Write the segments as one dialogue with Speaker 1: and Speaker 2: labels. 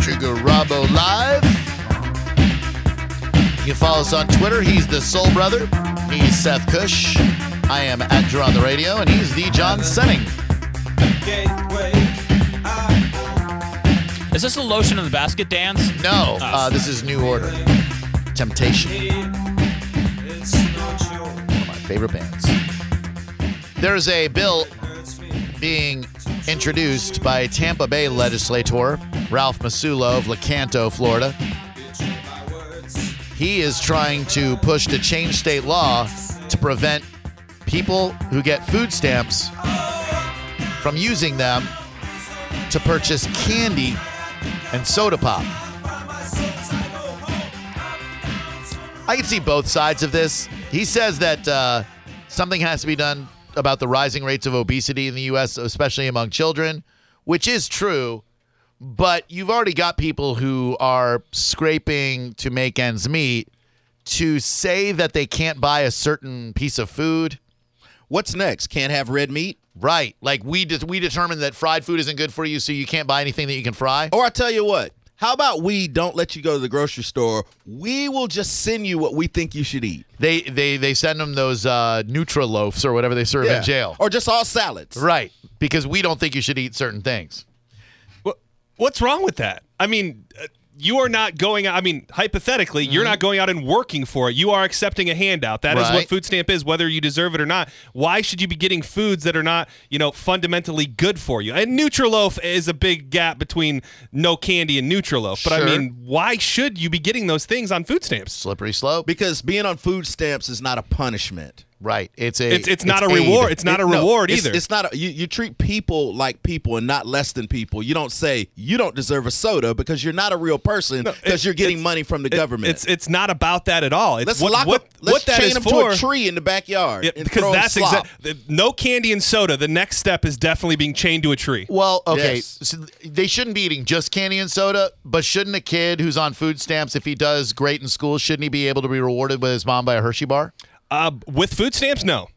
Speaker 1: Trigger Robbo Live. You can follow us on Twitter. He's the Soul Brother. He's Seth Cush. I am at Drew on the Radio, and he's the John Senning.
Speaker 2: Is this a lotion in the basket dance?
Speaker 1: No, uh, this is New Order. Temptation. One of my favorite bands. There's a bill being introduced by Tampa Bay legislator Ralph Masulo of Lecanto, Florida. He is trying to push to change state law to prevent people who get food stamps from using them to purchase candy and soda pop. I can see both sides of this. He says that uh, something has to be done about the rising rates of obesity in the U.S., especially among children, which is true. But you've already got people who are scraping to make ends meet to say that they can't buy a certain piece of food.
Speaker 3: What's next? Can't have red meat?
Speaker 1: Right. Like we de- we determined that fried food isn't good for you, so you can't buy anything that you can fry.
Speaker 3: Or I tell you what, how about we don't let you go to the grocery store? We will just send you what we think you should eat.
Speaker 1: They they they send them those uh, Nutra loafs or whatever they serve in jail.
Speaker 3: Or just all salads.
Speaker 1: right. Because we don't think you should eat certain things.
Speaker 4: What, what's wrong with that? I mean, uh, you are not going. I mean, hypothetically,
Speaker 3: Mm-hmm.
Speaker 4: you're not going out and working for it. You are accepting a handout. That is
Speaker 1: Right.
Speaker 4: what food stamp is, whether you deserve it or not. Why should you be getting foods that are not, you know, fundamentally good for you? And Nutriloaf is a big gap between no candy and Nutriloaf. But
Speaker 1: Sure.
Speaker 4: I mean, why should you be getting those things on food stamps?
Speaker 1: Slippery slope.
Speaker 3: Because being on food stamps is not a punishment.
Speaker 1: Right. It's a
Speaker 4: It's it's not a
Speaker 1: aid.
Speaker 4: reward. It's not a
Speaker 3: It- no,
Speaker 4: reward
Speaker 3: it's-
Speaker 4: either.
Speaker 3: It's not. A, you, you treat people like people and not less than people. You don't say you don't deserve a soda because you're not a real person because you're getting money from the
Speaker 4: It-
Speaker 3: government.
Speaker 4: It's it's not about that at all. It's
Speaker 3: let's
Speaker 4: what,
Speaker 3: lock
Speaker 4: what,
Speaker 3: up. Let's
Speaker 4: what that
Speaker 3: chain
Speaker 4: is
Speaker 3: them
Speaker 4: for.
Speaker 3: to a tree in the backyard.
Speaker 4: Yeah,
Speaker 3: and
Speaker 4: because
Speaker 3: throw 'em
Speaker 4: that's
Speaker 3: slop.
Speaker 4: exactly no candy and soda. The next step is definitely being chained to a tree.
Speaker 1: Well, okay.
Speaker 3: Yes.
Speaker 1: So they shouldn't be eating just candy and soda, but shouldn't a kid who's on food stamps, if he does great in school, shouldn't he be able to be rewarded with his mom by a Hershey bar?
Speaker 4: Uh, with food stamps, no.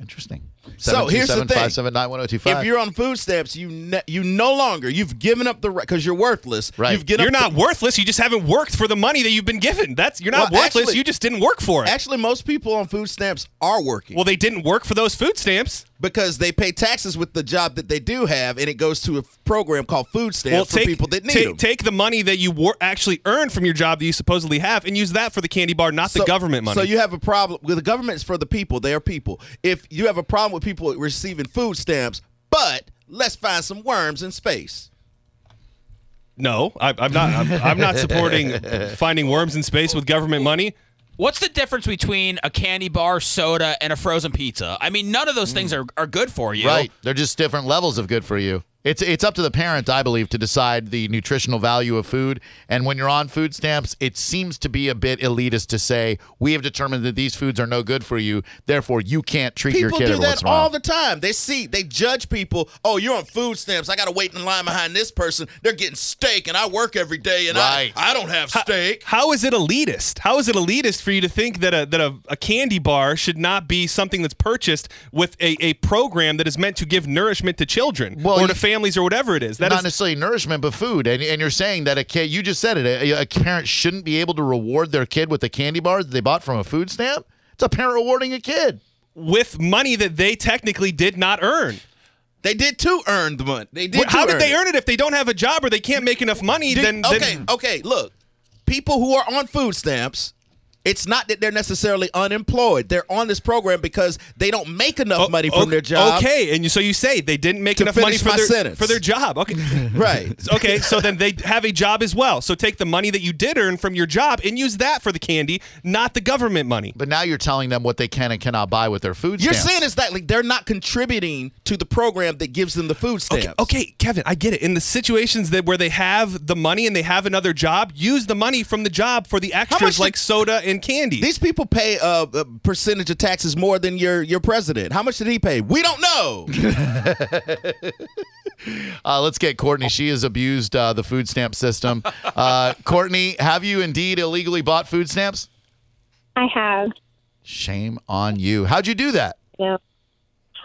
Speaker 1: Interesting.
Speaker 3: So, here's the thing.
Speaker 1: 727-579-1025.
Speaker 3: If you're on food stamps, you ne- you no longer you've given up the right because you're worthless.
Speaker 1: Right.
Speaker 3: You've given
Speaker 4: You're not
Speaker 3: up
Speaker 4: worthless. You just haven't worked for the money that you've been given. That's you're not
Speaker 3: Well,
Speaker 4: worthless.
Speaker 3: actually-
Speaker 4: you just didn't work for it.
Speaker 3: Actually, most people on food stamps are working
Speaker 4: well, they didn't work for those food stamps.
Speaker 3: because they pay taxes with the job that they do have, and it goes to a program called food stamps
Speaker 4: well,
Speaker 3: for
Speaker 4: take
Speaker 3: people that need
Speaker 4: take,
Speaker 3: them.
Speaker 4: take the money that you wor- actually earned from your job that you supposedly have and use that for the candy bar, not the government money.
Speaker 3: So you have a problem. Well, the government is for the people. They are people. If you have a problem with people receiving food stamps, but let's find some worms in space.
Speaker 4: no, I, I'm not. I'm, I'm not supporting finding worms in space with government money.
Speaker 2: What's the difference between a candy bar, soda, and a frozen pizza? I mean, none of those things are, are good for you.
Speaker 1: Right. They're just different levels of good for you. It's it's up to the parent, I believe, to decide the nutritional value of food. And when you're on food stamps, it seems to be a bit elitist to say we have determined that these foods are no good for you, therefore you can't treat your
Speaker 3: People
Speaker 1: kid
Speaker 3: do
Speaker 1: every once
Speaker 3: that
Speaker 1: in a while.
Speaker 3: all the time. They see, they judge people. Oh, you're on food stamps. I got to wait in line behind this person. They're getting steak, and I work every day, and
Speaker 1: Right.
Speaker 3: I, I don't have steak.
Speaker 4: How is it elitist? How is it elitist for you to think that a that a, a candy bar should not be something that's purchased with a, a program that is meant to give nourishment to children
Speaker 1: Well,
Speaker 4: or
Speaker 1: you-
Speaker 4: to families or whatever it is? That
Speaker 1: not
Speaker 4: is
Speaker 1: necessarily nourishment, but food. And, and you're saying that a kid, you just said it, a, a parent shouldn't be able to reward their kid with a candy bar that they bought from a food stamp. It's a parent rewarding a kid.
Speaker 4: with money that they technically did not earn.
Speaker 3: They did too earn the money. They did.
Speaker 4: Wh- How
Speaker 3: too
Speaker 4: did they
Speaker 3: it.
Speaker 4: earn it if they don't have a job or they can't make enough money?
Speaker 3: Did-
Speaker 4: then,
Speaker 3: okay,
Speaker 4: then
Speaker 3: okay. Look, people who are on food stamps, it's not that they're necessarily unemployed. They're on this program because they don't make enough
Speaker 4: O-
Speaker 3: money from
Speaker 4: okay-
Speaker 3: their job.
Speaker 4: Okay, and you, so you say they didn't make
Speaker 3: To
Speaker 4: enough money
Speaker 3: finish
Speaker 4: for
Speaker 3: my
Speaker 4: their
Speaker 3: sentence.
Speaker 4: for their job. Okay.
Speaker 3: right.
Speaker 4: Okay, so then they have a job as well. So take the money that you did earn from your job and use that for the candy, not the government money.
Speaker 1: But now you're telling them what they can and cannot buy with their food
Speaker 3: You're
Speaker 1: stamps.
Speaker 3: saying it's that like they're not contributing to the program that gives them the food stamps.
Speaker 4: Okay, okay, Kevin, I get it. In the situations that where they have the money and they have another job, use the money from the job for the
Speaker 3: much
Speaker 4: extras
Speaker 3: did-
Speaker 4: like soda and candy.
Speaker 3: These people pay uh, a percentage of taxes more than your your president. How much did he pay? We don't know.
Speaker 1: Uh, let's get Courtney. She has abused uh, the food stamp system. Uh, Courtney, have you indeed illegally bought food stamps?
Speaker 5: I have.
Speaker 1: Shame on you. How'd you do that?
Speaker 5: No.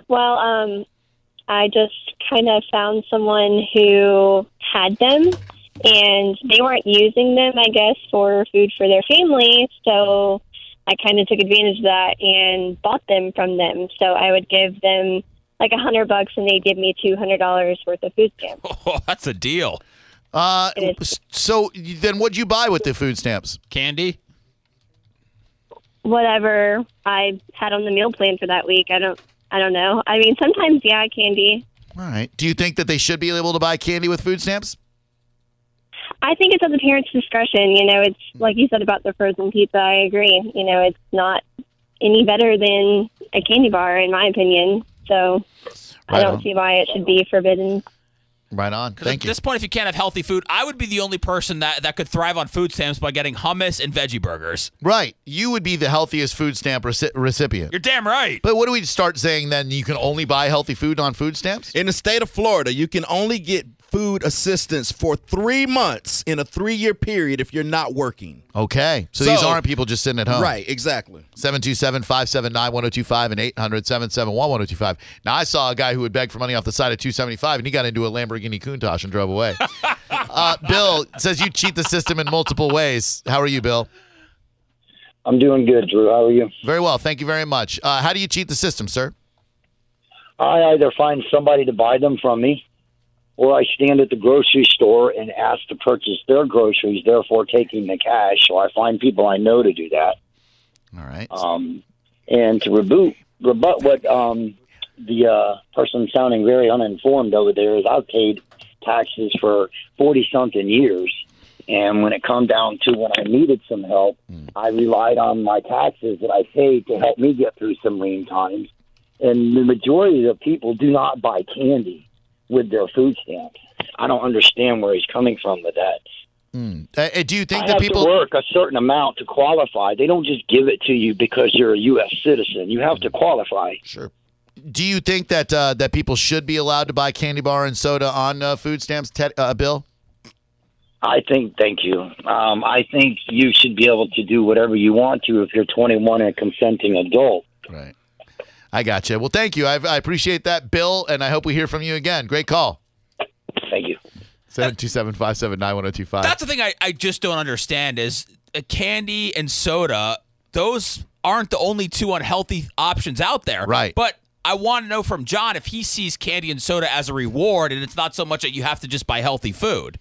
Speaker 5: Well, um, I just kind of found someone who had them, and they weren't using them, I guess, for food for their family. So I kind of took advantage of that and bought them from them. So I would give them like a hundred bucks, and they'd give me two hundred dollars worth of food stamps.
Speaker 2: Oh, that's a deal.
Speaker 1: Uh,
Speaker 5: It
Speaker 1: s- so you- then, what'd you buy with the food stamps?
Speaker 2: Candy.
Speaker 5: Whatever I had on the meal plan for that week, I don't, I don't know. I mean, sometimes yeah, candy.
Speaker 1: All right. Do you think that they should be able to buy candy with food stamps?
Speaker 5: I think it's at the parents' discretion. You know, it's
Speaker 1: Mm.
Speaker 5: like you said about the frozen pizza. I agree. You know, it's not any better than a candy bar, in my opinion. So I
Speaker 1: Right
Speaker 5: don't
Speaker 1: on.
Speaker 5: see why it should be forbidden.
Speaker 1: Right on.
Speaker 2: 'Cause
Speaker 1: Thank
Speaker 2: at
Speaker 1: you.
Speaker 2: this point, if you can't have healthy food, I would be the only person that, that could thrive on food stamps by getting hummus and veggie burgers.
Speaker 1: Right. You would be the healthiest food stamp reci- recipient.
Speaker 2: You're damn right.
Speaker 1: But what do we start saying then? You can only buy healthy food on food stamps?
Speaker 3: In the state of Florida, you can only get food assistance for three months in a three year period if you're not working.
Speaker 1: Okay. So,
Speaker 3: So-
Speaker 1: these aren't people just sitting at home.
Speaker 3: Right, exactly.
Speaker 1: 727 579 1025 and 800 771 1025. Now, I saw a guy who would beg for money off the side of 275 and he got into a Lamborghini Countach and drove away. uh, Bill says you cheat the system in multiple ways. How are you, Bill?
Speaker 6: I'm doing good, Drew. How are you?
Speaker 1: Very well. Thank you very much. Uh, how do you cheat the system, sir?
Speaker 6: I either find somebody to buy them from me, or I stand at the grocery store and ask to purchase their groceries, therefore taking the cash. So I find people I know to do that.
Speaker 1: All right.
Speaker 6: Um, and to reboot, rebut what um, the uh, person sounding very uninformed over there is, I've paid taxes for 40 something years. And when it come down to when I needed some help, I relied on my taxes that I paid to help me get through some lean times. And the majority of the people do not buy candy with their food stamps. I don't understand where he's coming from with that.
Speaker 1: Uh, uh, do you think
Speaker 6: I
Speaker 1: that
Speaker 6: have
Speaker 1: people.
Speaker 6: to work a certain amount to qualify. They don't just give it to you because you're a U.S. citizen. You have to qualify.
Speaker 1: Sure. Do you think that uh, that people should be allowed to buy candy bar and soda on uh, food stamps, Ted, uh, Bill?
Speaker 6: I think. Thank you. Um, I think you should be able to do whatever you want to if you're 21 and a consenting adult.
Speaker 1: Right. I gotcha. Well, thank you. I, I appreciate that, Bill, and I hope we hear from you again. Great call.
Speaker 6: Thank you.
Speaker 1: 727 579 1025.
Speaker 2: That's the thing I, I just don't understand is uh, candy and soda, those aren't the only two unhealthy options out there.
Speaker 1: Right.
Speaker 2: But I want to know from John if he sees candy and soda as a reward and it's not so much that you have to just buy healthy food.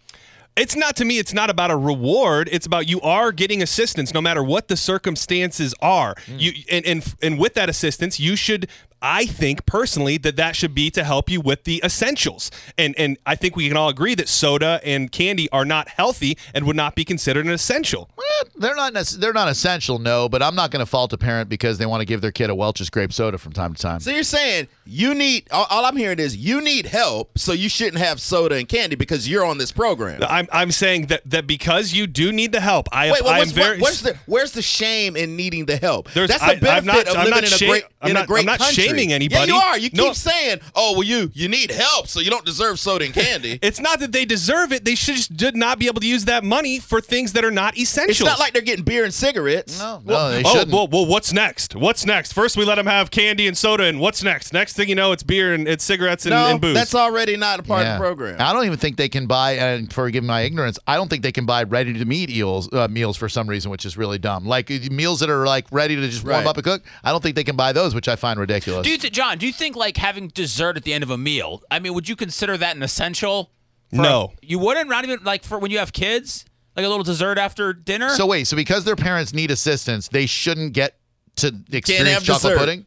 Speaker 4: It's not to me, it's not about a reward. It's about you are getting assistance no matter what the circumstances are.
Speaker 3: Hmm.
Speaker 4: You and, and and with that assistance, you should I think personally that that should be to help you with the essentials. And and I think we can all agree that soda and candy are not healthy and would not be considered an essential.
Speaker 1: Eh, They're not nec- they're not essential, no, but I'm not going to fault a parent because they want to give their kid a Welch's grape soda from time to time.
Speaker 3: So you're saying you need all, all I'm hearing is you need help, so you shouldn't have soda and candy because you're on this program.
Speaker 4: I'm I'm saying that that because you do need the help. I
Speaker 3: Wait, what-
Speaker 4: I'm
Speaker 3: what's,
Speaker 4: very
Speaker 3: what- where's the where's the shame in needing the help?
Speaker 4: There's-
Speaker 3: That's
Speaker 4: I-
Speaker 3: the benefit
Speaker 4: I'm not-
Speaker 3: of
Speaker 4: I'm
Speaker 3: living
Speaker 4: not
Speaker 3: in a
Speaker 4: shame-
Speaker 3: great
Speaker 4: I'm
Speaker 3: in
Speaker 4: not-
Speaker 3: a great
Speaker 4: I'm not
Speaker 3: country.
Speaker 4: shaming
Speaker 3: Yeah,
Speaker 4: anybody.
Speaker 3: you are. You keep
Speaker 4: No.
Speaker 3: saying, "Oh, well, you you need help, so you don't deserve soda and candy."
Speaker 4: It's not that they deserve it. They should just did not be able to use that money for things that are not essential.
Speaker 3: it's not like they're getting beer and cigarettes.
Speaker 1: No, no, they
Speaker 4: oh,
Speaker 1: shouldn't.
Speaker 4: well, well, what's next? What's next? First, we let them have candy and soda, and what's next? Next thing you know, it's beer and it's cigarettes and,
Speaker 3: No,
Speaker 4: and booze.
Speaker 3: that's already not a part
Speaker 1: Yeah.
Speaker 3: of the program.
Speaker 1: I don't even think they can buy, and forgive my ignorance, I don't think they can buy ready to meat eels, uh, meals for some reason, which is really dumb. Like uh, meals that are like ready to just warm
Speaker 3: Right.
Speaker 1: up and cook. I don't think they can buy those, which I find ridiculous.
Speaker 2: Do you th- John, do you think like having dessert at the end of a meal? I mean, would you consider that an essential? For-
Speaker 4: No.
Speaker 2: You wouldn't not even like for when you have kids? Like a little dessert after dinner?
Speaker 1: so wait, so because their parents need assistance, they shouldn't get to experience
Speaker 3: have
Speaker 1: chocolate
Speaker 3: dessert.
Speaker 1: pudding.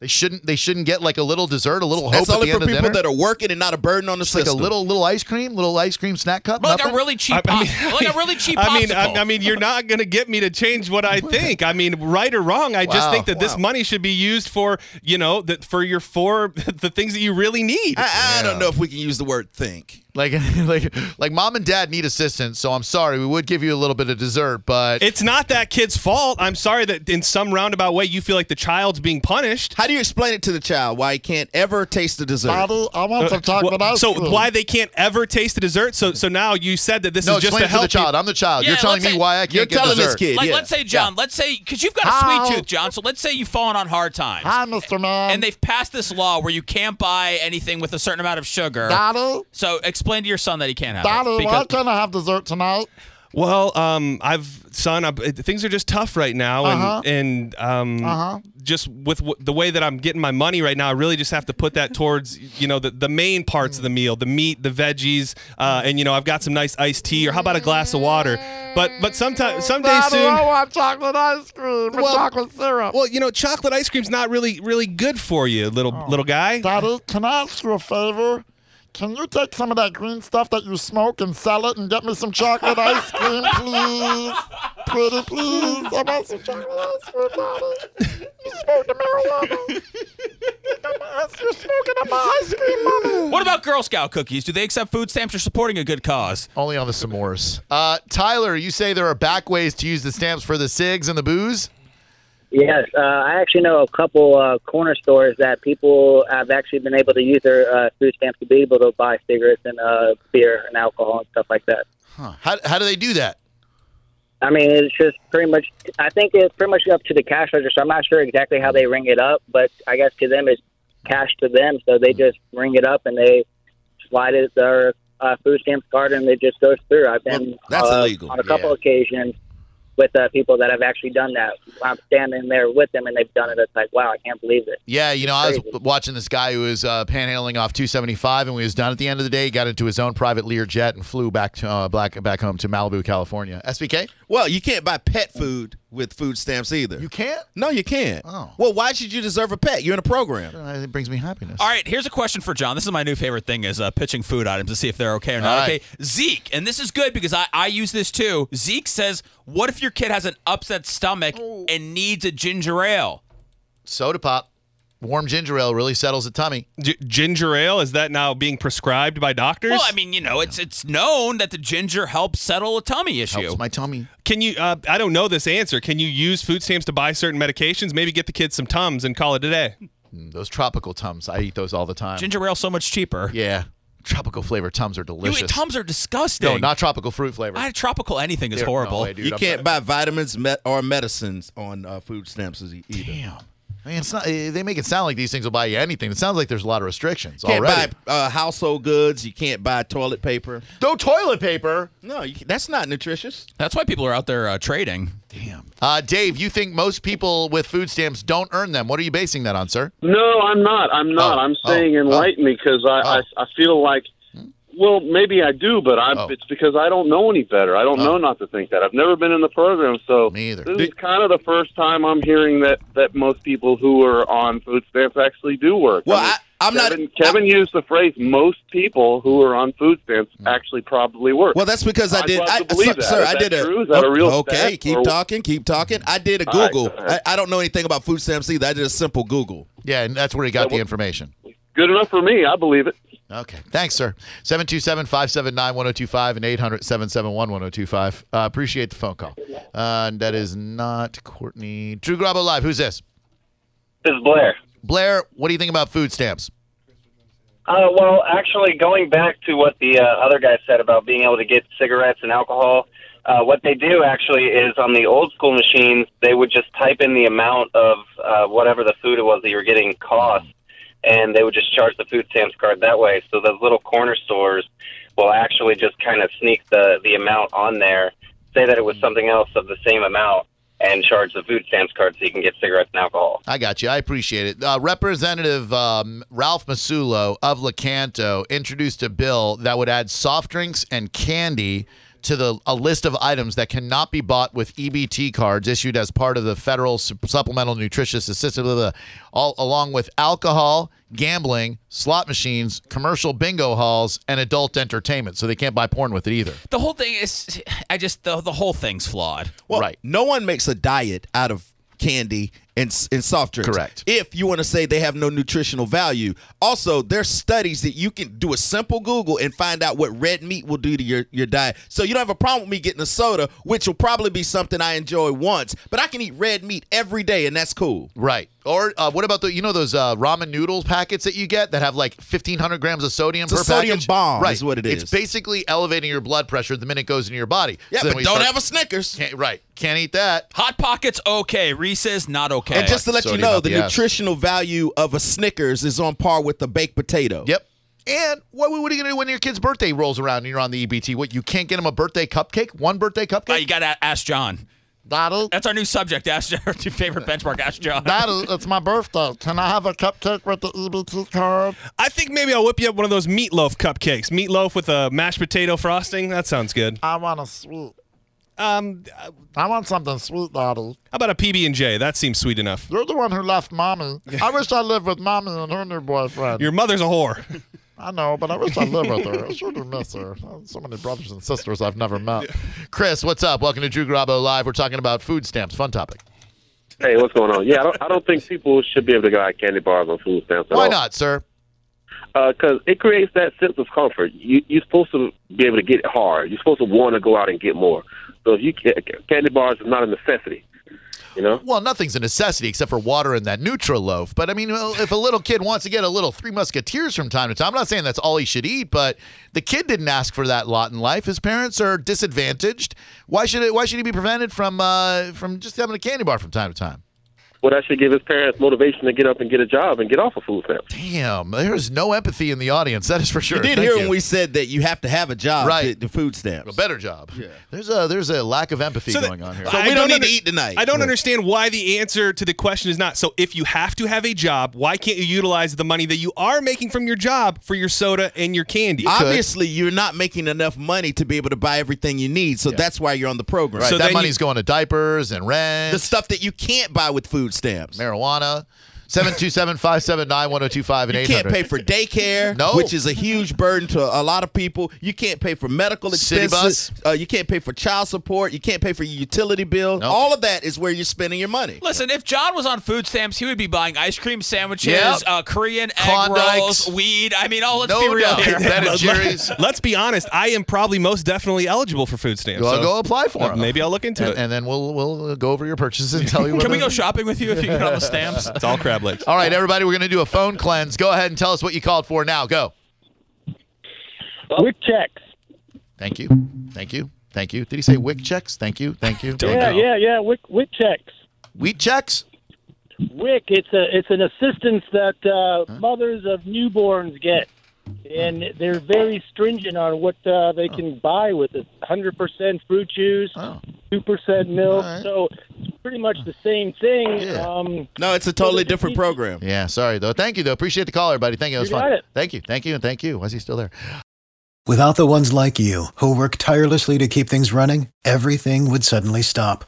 Speaker 1: They shouldn't. They shouldn't get like a little dessert, a little hope
Speaker 3: That's
Speaker 1: at
Speaker 3: only
Speaker 1: the
Speaker 3: for
Speaker 1: end of
Speaker 3: people
Speaker 1: dinner.
Speaker 3: that are working and not a burden on the
Speaker 1: like a
Speaker 3: system.
Speaker 1: little little ice cream, little ice cream snack cup.
Speaker 2: like
Speaker 1: nothing?
Speaker 2: a really cheap
Speaker 4: I
Speaker 2: pop,
Speaker 4: mean-
Speaker 2: like a really cheap
Speaker 4: I mean, I,
Speaker 2: popsicle.
Speaker 4: I mean, you're not going to get me to change what I think. I mean, right or wrong, I just
Speaker 1: Wow.
Speaker 4: think that this
Speaker 1: Wow.
Speaker 4: money should be used for, you know, that for your for the things that you really need.
Speaker 3: I, I don't know if we can use the word think.
Speaker 1: like like like mom and dad need assistance. So I'm sorry, we would give you a little bit of dessert, but
Speaker 4: it's not that kid's fault. I'm sorry that in some roundabout way you feel like the child's being punished.
Speaker 3: How do you explain it to the child why he can't ever taste the dessert?
Speaker 1: I want some
Speaker 4: Uh, Well, so why they can't ever taste a dessert? So so now you said that this
Speaker 1: No,
Speaker 4: is just
Speaker 1: explain
Speaker 4: to
Speaker 1: it to
Speaker 4: help
Speaker 1: the child.
Speaker 4: people-
Speaker 1: I'm the child.
Speaker 2: Yeah,
Speaker 1: You're telling
Speaker 2: let's
Speaker 1: me
Speaker 2: say-
Speaker 1: why I can't
Speaker 3: You're
Speaker 1: get
Speaker 3: telling this
Speaker 1: dessert.
Speaker 3: kid.
Speaker 2: like
Speaker 3: yeah.
Speaker 2: let's say John, let's say because you've got a
Speaker 1: How-
Speaker 2: sweet tooth, John. So let's say you've fallen on hard times,
Speaker 1: Mr. Man.
Speaker 2: and they've passed this law where you can't buy anything with a certain amount of sugar. So expl- explain to your son that he can't have
Speaker 1: Daddy,
Speaker 2: it.
Speaker 1: why
Speaker 2: Because-
Speaker 1: can't I have dessert tonight?
Speaker 4: Well, um, I've son, I, things are just tough right now, and
Speaker 1: Uh-huh.
Speaker 4: and um,
Speaker 1: Uh-huh.
Speaker 4: just with w- the way that I'm getting my money right now, I really just have to put that towards you know the, the main parts of the meal, the meat, the veggies, uh, and you know I've got some nice iced tea, or how about a glass of water? But but sometime Uh, someday
Speaker 1: Daddy, I
Speaker 4: soon.
Speaker 1: want chocolate ice cream with
Speaker 4: Well-
Speaker 1: chocolate syrup.
Speaker 4: Well, you know, chocolate ice cream's not really really good for you, little
Speaker 1: Oh.
Speaker 4: little guy.
Speaker 1: Daddy, can I ask you a favor? Can you take some of that green stuff that you smoke and sell it and get me some chocolate ice cream, please? Pretty please. I want some chocolate ice cream, Daddy. You smoked the marijuana. You're smoking up my ice cream money.
Speaker 2: what about Girl Scout cookies? Do they accept food stamps or supporting a good cause?
Speaker 1: Only on the s'mores. Uh, Tyler, you say there are back ways to use the stamps for the SIGs and the booze?
Speaker 6: Yes, uh, I actually know a couple uh, corner stores that people have actually been able to use their uh, food stamps to be able to buy cigarettes and uh, beer and alcohol and stuff like that.
Speaker 1: How, how do they do that?
Speaker 6: I mean, it's just pretty much. I think it's pretty much up to the cash register. I'm not sure exactly how they ring it up, but I guess to them it's cash to them, so they just ring it up and they slide it their uh, food stamps card, and it just goes through. I've been
Speaker 3: Well, that's
Speaker 6: uh,
Speaker 3: illegal,
Speaker 6: on a couple
Speaker 1: yeah.
Speaker 6: occasions with uh, people that have actually done that. I'm standing there with them, and they've done it. It's like, wow, I can't believe it.
Speaker 1: Yeah, you know, I was
Speaker 6: Crazy.
Speaker 1: watching this guy who was uh, panhandling off 275, and when he was done at the end of the day, he got into his own private Lear jet and flew back to uh, back back home to Malibu, California. SBK,
Speaker 3: Well, you can't buy pet food with food stamps either.
Speaker 1: you can't.
Speaker 3: no, you can't.
Speaker 1: Oh.
Speaker 3: Well, why should you deserve a pet? You're in a program.
Speaker 1: Uh, It brings me happiness.
Speaker 2: All right, here's a question for John. This is my new favorite thing is uh, pitching food items to see if they're okay or not.
Speaker 1: All right.
Speaker 2: Okay, Zeke, and this is good because I, I use this too. Zeke says, what if your kid has an upset stomach
Speaker 1: Oh.
Speaker 2: and needs a ginger ale?
Speaker 1: Soda pop, warm ginger ale really settles the tummy.
Speaker 4: G- ginger ale is that now being prescribed by doctors?
Speaker 2: Well, I mean, you know, it's it's known that the ginger helps settle a tummy issue.
Speaker 1: Helps my tummy.
Speaker 4: Can you? Uh, I don't know this answer. Can you use food stamps to buy certain medications? Maybe get the kids some Tums and call it a day.
Speaker 1: Mm, those tropical tums, I eat those all the time.
Speaker 2: Um, ginger ale so much cheaper.
Speaker 1: Yeah, tropical flavor tums are
Speaker 2: You
Speaker 1: delicious.
Speaker 2: Dude, Tums are disgusting.
Speaker 1: no, not tropical fruit flavor.
Speaker 2: I, tropical anything is
Speaker 1: They're- no
Speaker 2: horrible.
Speaker 1: way, dude,
Speaker 3: you
Speaker 1: I'm
Speaker 3: can't
Speaker 1: not-
Speaker 3: buy vitamins met- or medicines on uh, food stamps as e- either.
Speaker 1: Damn, man, it's not. eh, They make it sound like these things will buy you anything. It sounds like there's a lot of restrictions
Speaker 3: You can't
Speaker 1: already.
Speaker 3: buy uh, household goods. You can't buy toilet paper.
Speaker 1: No toilet paper.
Speaker 3: No, you, that's not nutritious.
Speaker 2: That's why people are out there uh, trading.
Speaker 1: Damn. Uh, Dave, you think most people with food stamps don't earn them. What are you basing that on, sir?
Speaker 7: No, I'm not. I'm not.
Speaker 1: Oh,
Speaker 7: I'm saying
Speaker 1: oh,
Speaker 7: enlighten me because I, I I feel like well maybe I do, but I
Speaker 1: Oh.
Speaker 7: it's because I don't know any better. I don't know not to think that. I've never been in the program, so
Speaker 1: Me either.
Speaker 7: this is kind of the first time I'm hearing that that most people who are on food stamps actually do work.
Speaker 3: Well,
Speaker 7: I mean,
Speaker 3: I, I'm not.
Speaker 7: Kevin, Kevin used the phrase "most people who are on food stamps
Speaker 1: Mm.
Speaker 7: actually probably work."
Speaker 3: Well, that's because I
Speaker 7: I'd
Speaker 3: did.
Speaker 7: love
Speaker 3: I,
Speaker 7: to believe
Speaker 3: sir,
Speaker 7: that.
Speaker 3: sir,
Speaker 7: Is
Speaker 3: I
Speaker 7: that
Speaker 3: did a.
Speaker 7: true? Is that a real
Speaker 3: Okay,
Speaker 7: stat,
Speaker 3: keep
Speaker 7: or-
Speaker 3: talking, keep talking. I did a
Speaker 7: All right,
Speaker 3: Google.
Speaker 7: go ahead.
Speaker 3: I, I don't know anything about food stamps either. I did a simple Google.
Speaker 1: Yeah, and that's where he got the
Speaker 7: well-
Speaker 1: information.
Speaker 7: Good enough for me. I believe it.
Speaker 1: Okay. Thanks, sir. 727 579 1025 and 800 771 1025. Appreciate the phone call. Uh, and that is not Courtney. Drew Grabo Live. Who's this?
Speaker 8: This is Blair.
Speaker 1: Blair, what do you think about food stamps?
Speaker 8: Uh, well, actually, going back to what the uh, other guy said about being able to get cigarettes and alcohol, uh, what they do actually is on the old school machines, they would just type in the amount of uh, whatever the food it was that you were getting cost, and they would just charge the food stamps card that way. So those little corner stores will actually just kind of sneak the, the amount on there, say that it was something else of the same amount, and charge the food stamps card so you can get cigarettes and alcohol.
Speaker 1: I got you. I appreciate it. Uh, Representative um, Ralph Masulo of Lecanto introduced a bill that would add soft drinks and candy to the a list of items that cannot be bought with EBT cards issued as part of the federal Sup- supplemental nutritious assistance, blah, blah, blah, all along with alcohol, gambling, slot machines, commercial bingo halls, and adult entertainment. So they can't buy porn with it either.
Speaker 2: The whole thing is, I just the the whole thing's flawed.
Speaker 3: Well,
Speaker 1: Right.
Speaker 3: No one makes a diet out of candy and, s- and soft drinks.
Speaker 1: Correct.
Speaker 3: If you want to say they have no nutritional value. Also, there's studies that you can do a simple Google and find out what red meat will do to your, your diet. So you don't have a problem with me getting a soda, which will probably be something I enjoy once, but I can eat red meat every day, and that's cool.
Speaker 1: Right. Or uh, what about the you know those uh, ramen noodles packets that you get that have like fifteen hundred grams of sodium
Speaker 3: a
Speaker 1: per
Speaker 3: sodium
Speaker 1: package?
Speaker 3: bomb
Speaker 1: Right.
Speaker 3: is what it
Speaker 1: It's
Speaker 3: is.
Speaker 1: basically elevating your blood pressure the minute it goes into your body.
Speaker 3: Yeah,
Speaker 1: So then
Speaker 3: but
Speaker 1: we
Speaker 3: don't
Speaker 1: start-
Speaker 3: have a Snickers.
Speaker 1: Can't, right. Can't eat that.
Speaker 2: Hot pockets okay, Reese's not okay.
Speaker 3: And just to let you
Speaker 1: sodium
Speaker 3: know,
Speaker 1: up
Speaker 3: the
Speaker 1: the ass.
Speaker 3: nutritional value of a Snickers is on par with the baked potato.
Speaker 1: Yep. And what, what are you going to do when your kid's birthday rolls around and you're on the EBT? What, you can't get him a birthday cupcake? One birthday
Speaker 2: Oh,
Speaker 1: cupcake?
Speaker 2: you got to ask John.
Speaker 1: That'll,
Speaker 2: That's our new subject. Ask your favorite benchmark. Ask John.
Speaker 1: that'll, it's my birthday. Can I have a cupcake with the EBT card?
Speaker 4: I think maybe I'll whip you up one of those meatloaf cupcakes. Meatloaf with a mashed potato frosting. That sounds good.
Speaker 1: I want a sweet.
Speaker 4: Um,
Speaker 1: I want something sweet, Daddy.
Speaker 4: how about a PB and J? That seems sweet enough.
Speaker 1: You're the one who left mommy. I wish I lived with mommy and her new boyfriend.
Speaker 4: Your mother's a whore.
Speaker 1: I know, but I wish I lived with her. I sure do miss her. So many brothers and sisters I've never met. Chris, what's up? Welcome to Drew Garabo Live. We're talking about food stamps. Fun topic.
Speaker 9: Hey, what's going on? Yeah, I don't, I don't think people should be able to go out candy bars on food stamps. At
Speaker 1: Why
Speaker 9: all.
Speaker 1: not, sir?
Speaker 9: because Uh, it creates that sense of comfort. You, you're supposed to be able to get hard. You're supposed to want to go out and get more. So if you ca- candy bars is not a necessity, you know.
Speaker 1: Well, nothing's a necessity except for water and that Nutra loaf. But I mean, well, if a little kid wants to get a little Three Musketeers from time to time, I'm not saying that's all he should eat, but the kid didn't ask for that lot in life. His parents are disadvantaged. Why should it, Why should he be prevented from uh, from just having a candy bar from time to time?
Speaker 9: Well, that should give his parents motivation to get up and get a job and get off of food stamps.
Speaker 1: Damn, there's no empathy in the audience. That is for sure.
Speaker 3: You did
Speaker 1: Thank
Speaker 3: hear
Speaker 1: you.
Speaker 3: when we said that you have to have a job
Speaker 1: Right.
Speaker 3: to get the food stamps.
Speaker 1: a better job. Yeah. There's a there's a lack of empathy
Speaker 4: So that-
Speaker 1: going on here.
Speaker 3: So
Speaker 4: I
Speaker 3: we don't,
Speaker 4: don't
Speaker 3: need
Speaker 4: under-
Speaker 3: to eat tonight.
Speaker 4: I don't understand why the answer to the question is not. So if you have to have a job, why can't you utilize the money that you are making from your job for your soda and your candy?
Speaker 3: Obviously, you're not making enough money to be able to buy everything you need, so that's why you're on the program.
Speaker 1: right,
Speaker 4: so then
Speaker 1: that
Speaker 4: you-
Speaker 1: money's going to diapers and rent,
Speaker 3: the stuff that you can't buy with food stamps.
Speaker 1: marijuana. 727-579-1025 and
Speaker 3: You
Speaker 1: 800.
Speaker 3: can't pay for daycare,
Speaker 1: No.
Speaker 3: which is a huge burden to a lot of people. You can't pay for medical
Speaker 1: City
Speaker 3: expenses. Uh, you can't pay for child support. You can't pay for your utility bill.
Speaker 1: Nope.
Speaker 3: All of that is where you're spending your money.
Speaker 2: Listen, if John was on food stamps, he would be buying ice cream sandwiches,
Speaker 1: Yep.
Speaker 2: uh, Korean egg
Speaker 1: Klondikes.
Speaker 2: rolls, weed. I mean, oh, let's
Speaker 1: No
Speaker 2: be real
Speaker 1: doubt.
Speaker 2: here.
Speaker 1: Ben and Jerry's.
Speaker 4: Let's be honest. I am probably most definitely eligible for food stamps.
Speaker 1: Well,
Speaker 4: so
Speaker 1: go apply for it.
Speaker 4: maybe I'll look into
Speaker 1: and,
Speaker 4: it.
Speaker 1: and then we'll we'll go over your purchases and tell you. what
Speaker 2: Can we
Speaker 1: it-
Speaker 2: go shopping with you if you get on the stamps?
Speaker 4: it's all crab legs.
Speaker 1: All right, everybody, we're gonna do a phone cleanse. Go ahead and tell us what you called for now. Go.
Speaker 10: With checks.
Speaker 1: Thank you. Thank you. Thank you. Did he say wick checks? Thank you. Thank you. Thank
Speaker 10: Yeah,
Speaker 1: you.
Speaker 10: yeah, yeah. Wick, wick checks.
Speaker 1: Wheat checks.
Speaker 10: Wick. It's a it's an assistance that uh, mothers of newborns get, and they're very stringent on what uh, they can buy with it. Hundred percent fruit juice,
Speaker 1: Oh.
Speaker 10: two percent milk.
Speaker 1: All right.
Speaker 10: So it's pretty much the same thing.
Speaker 1: Yeah.
Speaker 10: Um,
Speaker 3: No, it's a totally different program.
Speaker 1: Yeah. Sorry though. Thank you though. Appreciate the call, everybody. Thank you. It was
Speaker 10: You
Speaker 1: fun.
Speaker 10: got it.
Speaker 1: Thank you. Thank you. And thank you. Why is he still there?
Speaker 11: Without the ones like you, who work tirelessly to keep things running, everything would suddenly stop.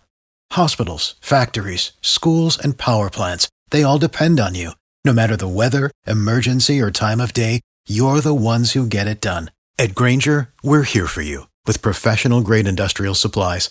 Speaker 11: Hospitals, factories, schools, and power plants, they all depend on you. No matter the weather, emergency, or time of day, you're the ones who get it done. At Granger, we're here for you with professional grade industrial supplies.